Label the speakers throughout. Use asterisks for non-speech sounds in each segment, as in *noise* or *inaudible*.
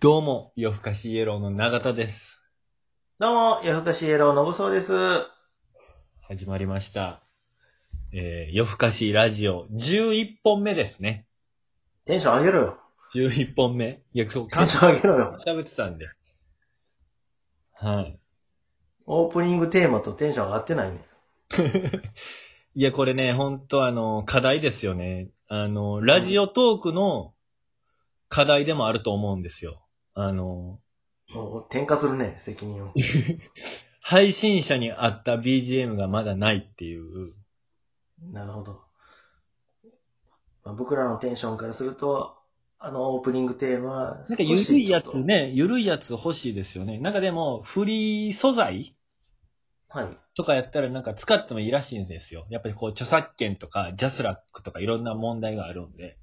Speaker 1: どうも、夜更かしイエローの永田です。
Speaker 2: どうも、夜更かしイエローのぶそうです。
Speaker 1: 始まりました。えー、夜更かしラジオ11本目ですね。
Speaker 2: テンション上げろよ。
Speaker 1: 11本目。いや、そう、
Speaker 2: テン
Speaker 1: 感
Speaker 2: シ
Speaker 1: 謝
Speaker 2: ョン上げろよ。
Speaker 1: 喋ってたんで。はい。
Speaker 2: オープニングテーマとテンション上がってないね。
Speaker 1: いや、これね、ほんとあの、課題ですよね。あの、ラジオトークの課題でもあると思うんですよ。あの、
Speaker 2: もう、転嫁するね、責任を。
Speaker 1: 配信者に合った BGM がまだないっていう。
Speaker 2: なるほど。まあ、僕らのテンションからすると、あのオープニングテーマは
Speaker 1: な
Speaker 2: 少
Speaker 1: んか
Speaker 2: し、
Speaker 1: ゆるいやつ
Speaker 2: ちょっ
Speaker 1: ね、ゆるいやつ欲しいですよね。なんかでも、フリー素材
Speaker 2: と。はい。
Speaker 1: とかやったらなんか使ってもいいらしいんですよ。やっぱりこう著作権とかジャスラックとかいろんな問題があるんで。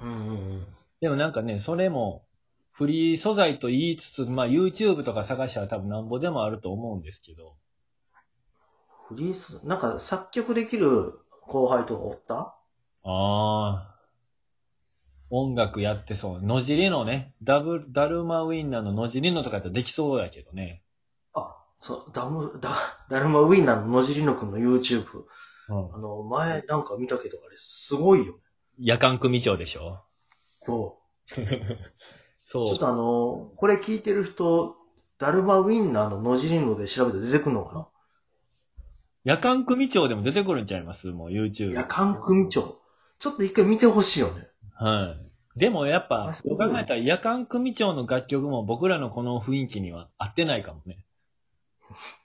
Speaker 2: うんうんうん。
Speaker 1: でもなんかね、それもフリー素材と言いつつ、まあ YouTube とか探したら多分なんぼでもあると思うんですけど。
Speaker 2: フリース、なんか作曲できる後輩とかおった
Speaker 1: ああ。音楽やってそう。野尻のね、ダブル、ダルマウィンナーの野尻のとかやったらできそうやけどね。
Speaker 2: あ、そう、ダム、ダ、ダルマウィンナーの野尻野くんの YouTube。
Speaker 1: うん
Speaker 2: あ。の、前なんか見たけど、あれ、すごいよ。
Speaker 1: 夜間組長でしょ
Speaker 2: そう。
Speaker 1: そう。
Speaker 2: ちょっとあの、これ聞いてる人、ダルマウィンナーの野尻ので調べて出てくるのかな
Speaker 1: 夜間組長でも出てくるんちゃいますもう YouTube。
Speaker 2: 夜間組長。ちょっと一回見てほしいよね。
Speaker 1: はい。でもやっぱ
Speaker 2: あ、そう
Speaker 1: よく考えたら夜間組長の楽曲も僕らのこの雰囲気には合ってないかもね。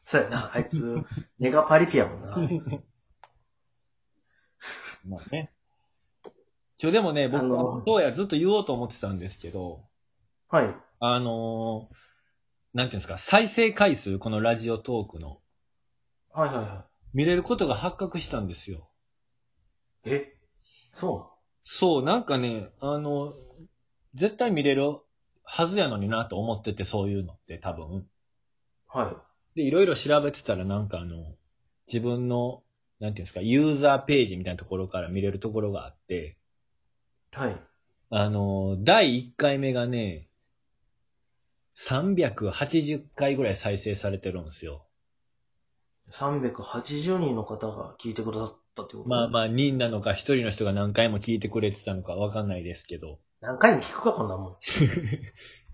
Speaker 2: そうやな、あい *laughs* つ、ネガパリピやもんな。
Speaker 1: まあね。ちょ、でもね、僕
Speaker 2: あの、
Speaker 1: どうやずっと言おうと思ってたんですけど、
Speaker 2: はい。
Speaker 1: あのーなんていうんですか、再生回数、このラジオトークの、
Speaker 2: はいはいは
Speaker 1: 見れることが発覚したんですよ。
Speaker 2: い。えそ
Speaker 1: そう、なんかね、あの、絶対見れるはずやのになと思ってて、そういうのって多分。
Speaker 2: うなのは
Speaker 1: で、いろいろ調べてたらなんかあの、自分の、なんていうんですか、ユーザーページみたいなところから見れるところがあって、
Speaker 2: い。はい。
Speaker 1: あの、第1回目がね、380回ぐらい再生されてるんですよ。
Speaker 2: 380人の方が聞いてくださったってこと
Speaker 1: まあ
Speaker 2: あ。
Speaker 1: まあ、人なのか一人の人が何回も聞いてくれてたのかわかんないですけど、 *laughs*
Speaker 2: 何回も聞くか、こんなもん。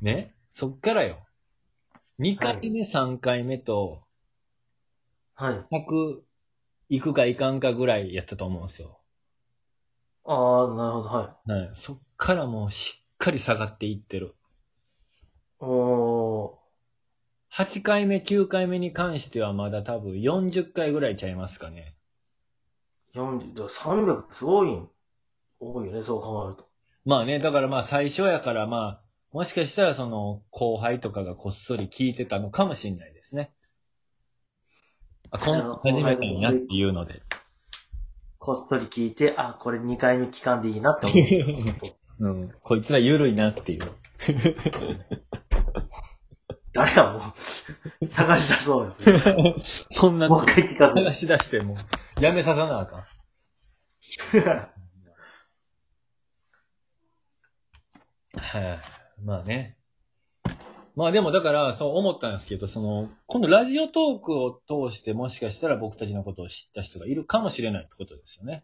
Speaker 1: ね、そっからよ。2回目、3回目と、
Speaker 2: はい。
Speaker 1: 100行くか行かんかぐらいやったと思うんですよ。
Speaker 2: ああ、なるほど、はい。
Speaker 1: はい。そっからもうしっかり下がっていってる。
Speaker 2: お
Speaker 1: 8回目、9回目に関してはまだ多分40回ぐらいちゃいますかね。
Speaker 2: ー、40、でも300ってすごいん、多いよね、そう考えると。
Speaker 1: まあね、だからまあ最初やからまあ、もしかしたらその後輩とかがこっそり聞いてたのかもしれないですね。あ、こんなん初めてになっていうので。
Speaker 2: こっそり聞いて、あ、これ2回目聞かんでいいなって
Speaker 1: う
Speaker 2: 思 *laughs* う。
Speaker 1: ん。こいつら緩いなっていう。
Speaker 2: 誰やもう、探し出そう *laughs* です。
Speaker 1: そんな
Speaker 2: もう
Speaker 1: の
Speaker 2: 一回聞か
Speaker 1: 探し出してもう、やめささなあかん。
Speaker 2: せる。
Speaker 1: はい、まあね。まあでもだから、そう思ったんですけど、その、このラジオトークを通してもしかしたら僕たちのことを知った人がいるかもしれないってことですよね。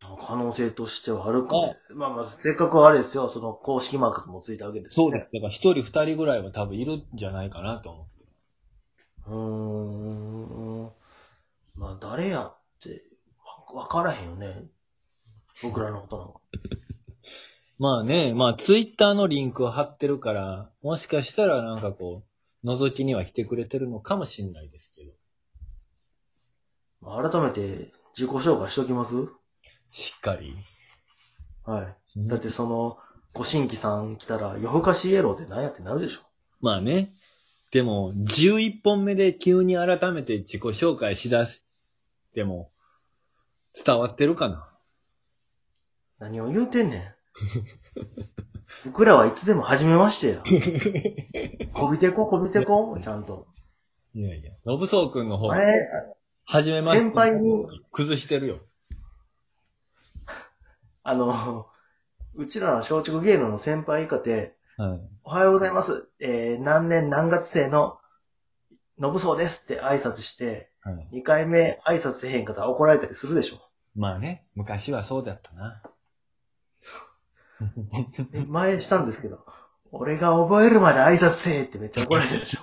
Speaker 2: *laughs* 可能性としてはあるかもしれない。まあまあ、せっかくあれですよ、その公式マークもついたわけです、ね。
Speaker 1: そうです。だから一人二人ぐらいは多分いるんじゃないかなと思って。
Speaker 2: うーん。まあ、誰やって、わわからへんよね。僕らのことなんか。
Speaker 1: まあね、まあツイッターのリンクを貼ってるから、もしかしたらなんかこう、覗きには来てくれてるのかもしれないですけど。
Speaker 2: まあ、改めて自己紹介しときます
Speaker 1: しっかり。
Speaker 2: はい。だってその、ご新規さん来たら、夜更かしイエローって何やってなるでしょ。
Speaker 1: まあね。でも、11本目で急に改めて自己紹介しだしても、伝わってるかな
Speaker 2: 何を言うてんねん。僕らはいつでも初めましてや。
Speaker 1: *laughs*
Speaker 2: こびてこ、こびてこ、ちゃんと。
Speaker 1: いやいや。のぶそうくんの方、
Speaker 2: 前、
Speaker 1: 初めまして。
Speaker 2: 先輩に、
Speaker 1: 崩してるよ。
Speaker 2: あの、うちらの松竹芸能の先輩以下で、
Speaker 1: はい。
Speaker 2: おはようございます。えー、何年何月生の、のぶそうですって挨拶して、
Speaker 1: はい。
Speaker 2: 2回目挨拶せへんかったら怒られたりするでしょ。
Speaker 1: まあね、昔はそうだったな。
Speaker 2: で前したんですけど、俺が覚えるまで挨拶せえってめっちゃ怒られたでしょ。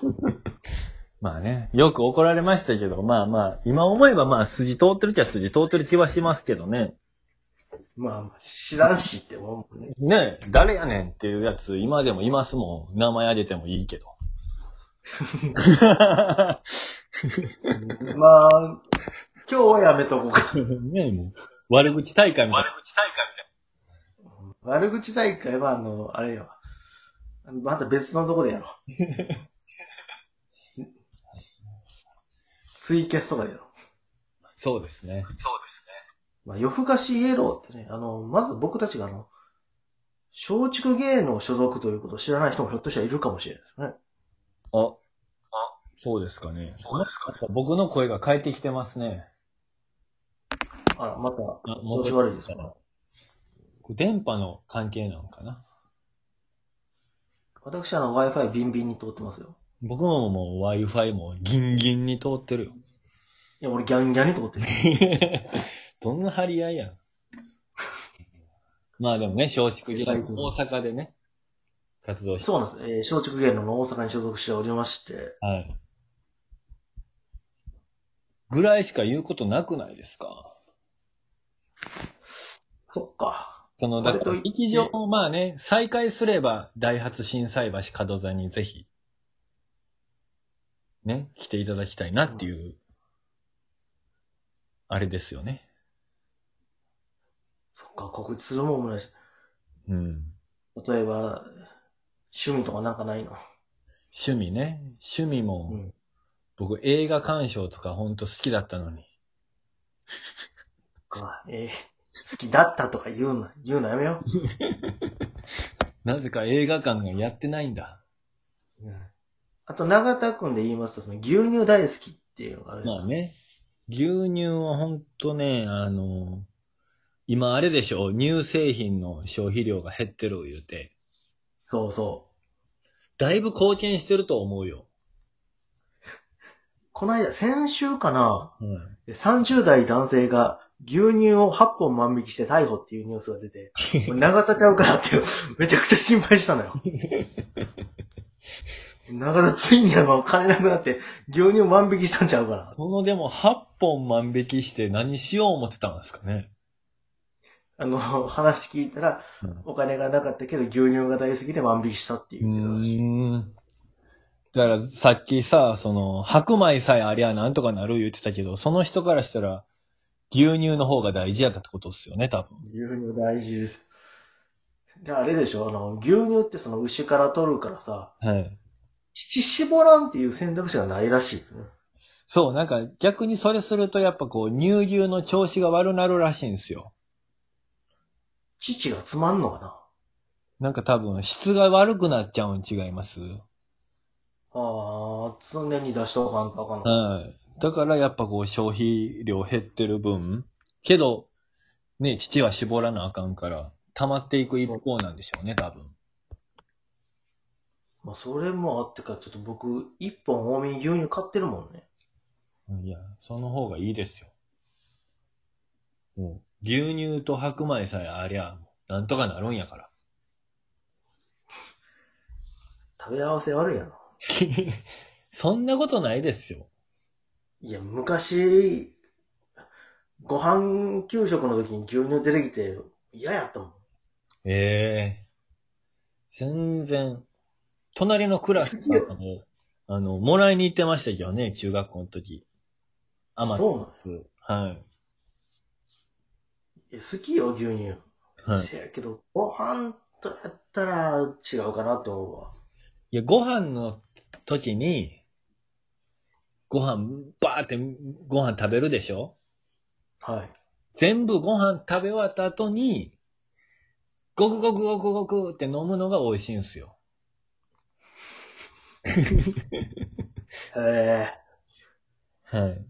Speaker 1: まあね、よく怒られましたけど、まあまあ、今思えばまあ筋通ってるっちゃ筋通ってる気はしますけどね。
Speaker 2: まあまあ、知らんしって思うもんね。
Speaker 1: ねえ誰やねんっていうやつ、今でもいますもん。名前あげてもいいけど。
Speaker 2: まあ、今日はやめとこうか。
Speaker 1: *laughs* ねえ、もう。悪口大会みたいな。悪口大会みたい
Speaker 2: 悪口大会は、あの、あれよ。また別のとこでやろう。ツイキャスとかでやろ
Speaker 1: な。そうですね。そうです
Speaker 2: う。まあ、夜更かしイエローってね、あの、まず僕たちがあの、松竹芸能所属ということを知らない人もひょっとしたらいるかもしれないですね。
Speaker 1: ね。あ、あ、そうですかね。そうですかね。僕の声が変えてきてますね。
Speaker 2: あら、また、
Speaker 1: あ
Speaker 2: 調子悪いですか
Speaker 1: 電波の関係なのかな。
Speaker 2: 私あの Wi-Fi ビンビンに通ってますよ。
Speaker 1: 僕ももう Wi-Fi もギンギンに通ってるよ。 *laughs*
Speaker 2: いや、俺ギャンギャンに通ってる。
Speaker 1: どんな張り合い *laughs* やん。まあでもね、松竹芸能、大阪でね、活動して。
Speaker 2: そうなんです。えー、松竹芸能の大阪に所属しておりまして、
Speaker 1: はい。ぐらいしか言うことなくないですか
Speaker 2: そっか。
Speaker 1: その、だか
Speaker 2: 割と
Speaker 1: ら、
Speaker 2: 言って
Speaker 1: 劇場をまあね、再開すれば、大発震災橋門座にぜひ、ね、来ていただきたいなっていう、あれですよね。
Speaker 2: そっか、告知するもんもないし。
Speaker 1: うん。
Speaker 2: 例えば、趣味とかなんかないの
Speaker 1: 趣味ね。趣味も、
Speaker 2: うん
Speaker 1: 僕映画鑑賞とかほんと好きだったのに。
Speaker 2: か、えー好きだったとか言うな、言うのやめよ
Speaker 1: なぜか映画館がやってないんだ。
Speaker 2: う。あと、長田くんで言いますと、その牛乳大好きっていうのがある。
Speaker 1: まあね。牛乳はほんとね、あの、今あれでしょ乳製品の消費量が減ってる言うて。
Speaker 2: そうそ
Speaker 1: だいぶ貢献してると思うよ。
Speaker 2: う。この間、先週かな、
Speaker 1: うん。
Speaker 2: 30代男性が牛乳を8本万引きして逮捕っていうニュースが出て、もう長田ちゃうからって、めちゃくちゃ心配したのよ。長田ついにあの、金なくなって、牛乳万引きしたんちゃうかな。
Speaker 1: そのでも8本万引きして何しよう思ってたんですかね。
Speaker 2: あの、 *laughs* 話聞いたら、
Speaker 1: うん
Speaker 2: お金がなかったけど牛乳が大好きで万引きしたっていうう言ってた
Speaker 1: ーん。だ
Speaker 2: らしい。
Speaker 1: からさっきさ、その、白米さえありゃなんとかなる言ってたけど、その人からしたら、牛乳の方が大事やったってことですよね、多分。
Speaker 2: 牛乳大事です。で、あれでしょ、あの、牛乳ってその牛から取るからさ、
Speaker 1: はい。
Speaker 2: 乳絞らんっていう選択肢がないらしい、ね。
Speaker 1: そう、なんか逆にそれするとやっぱこう、乳牛の調子が悪なるらしいんですよ。
Speaker 2: 乳がつまんのかな
Speaker 1: なんか多分、質が悪くなっちゃうん違います
Speaker 2: ああ、常に出しとかんとあかんの。
Speaker 1: はい。だからやっぱこう、消費量減ってる分、けど、ね、父は絞らなあかんから、溜まっていく一方なんでしょうね、多分。
Speaker 2: まあ、それもあってか、ちょっと僕、一本多めに牛乳買ってるもんね。
Speaker 1: いや、その方がいいですよ。もう、牛乳と白米さえありゃ、なんとかなるんやから。
Speaker 2: 食べ合わせ悪いやろ。
Speaker 1: *laughs* そんなことないですよ。
Speaker 2: いや、昔、ご飯給食の時に牛乳出てきて嫌やったもん。
Speaker 1: ええ全然、隣のクラスとかも、あの、もらいに行ってましたけどね、中学校の時。あま
Speaker 2: そうなの
Speaker 1: つ。はい。
Speaker 2: え好きよ、牛乳。
Speaker 1: はい。
Speaker 2: せやけど、ご飯とやったら違うかなって思うわ。
Speaker 1: いや、ご飯の時に、ご飯、バーってご飯食べるでしょ
Speaker 2: はい。
Speaker 1: 全部ご飯食べ終わった後に、ごくごくごくごくって飲むのが美味しいんですよ。
Speaker 2: ええ
Speaker 1: はい。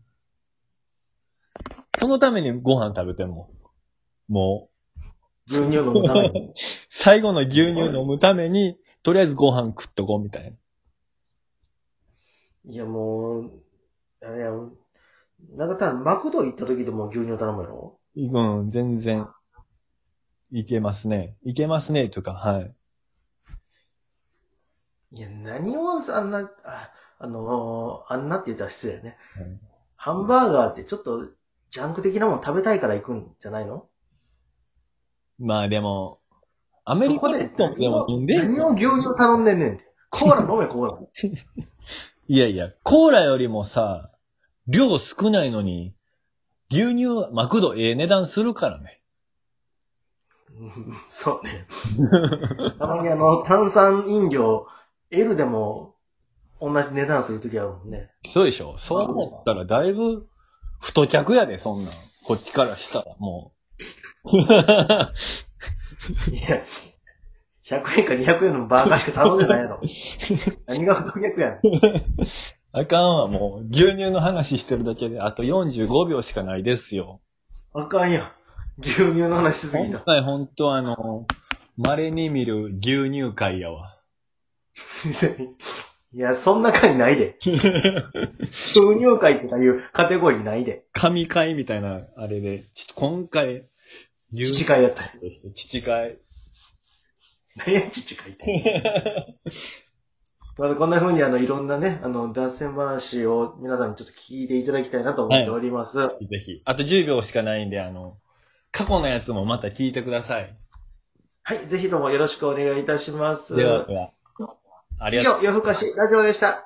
Speaker 1: そのためにご飯食べても、も
Speaker 2: 牛乳飲むため
Speaker 1: *laughs*
Speaker 2: に。
Speaker 1: 最後の牛乳飲むために、とりあえずご飯食っとこうみたいな。
Speaker 2: いや、もう、あれやん。なんかたマクド行った時でも牛乳頼むやろ
Speaker 1: うん、全然。いけますね。いけますね、というか、はい。
Speaker 2: いや、何をあんな、あ、あのーあんなって言ったら失礼やね
Speaker 1: うん。
Speaker 2: ハンバーガーってちょっと、ジャンク的なもの食べたいから行くんじゃないの
Speaker 1: まあでも、アメリカで
Speaker 2: そこで
Speaker 1: でも飲んで
Speaker 2: 何を牛乳頼んでんねんって。コーラ飲め、コーラ。
Speaker 1: いやいや、コーラよりもさ、量少ないのに、牛乳、マクドええ値段するからね。
Speaker 2: うんそうね。たまにあの、炭酸飲料、L でも、同じ値段するときあるもんね。
Speaker 1: そうでしょそう思ったらだいぶ、太客やで、そんなん。こっちからしたら、もう。 *laughs*
Speaker 2: いや、100円か200円のバーガーしか頼んでないやろ。何が不当客やん。
Speaker 1: あかんわ、もう。牛乳の話してるだけで、あと45秒しかないですよ。
Speaker 2: あかんやん。牛乳の話しすぎ
Speaker 1: 今
Speaker 2: た。
Speaker 1: 回本当あの、稀に見る牛乳会やわ。
Speaker 2: いや、そんな回ないで。牛乳会とかいうカテゴリーないで。
Speaker 1: 神会みたいな、あれで、ちょっと今回、牛
Speaker 2: 父
Speaker 1: 乳
Speaker 2: 会やったよ。
Speaker 1: として、父
Speaker 2: *laughs*
Speaker 1: 会。
Speaker 2: 何や、父会って。まあこんな風にあの、いろんなね、あの、脱線話を皆さんにちょっと聞いていただきたいなと思っております。
Speaker 1: ぜひ。あと10秒しかないんで、あの、過去のやつもまた聞いてください。
Speaker 2: はい、ぜひともよろしくお願いいたします。
Speaker 1: では、ではありがとうございます
Speaker 2: 以上、夜更かしラジオでした。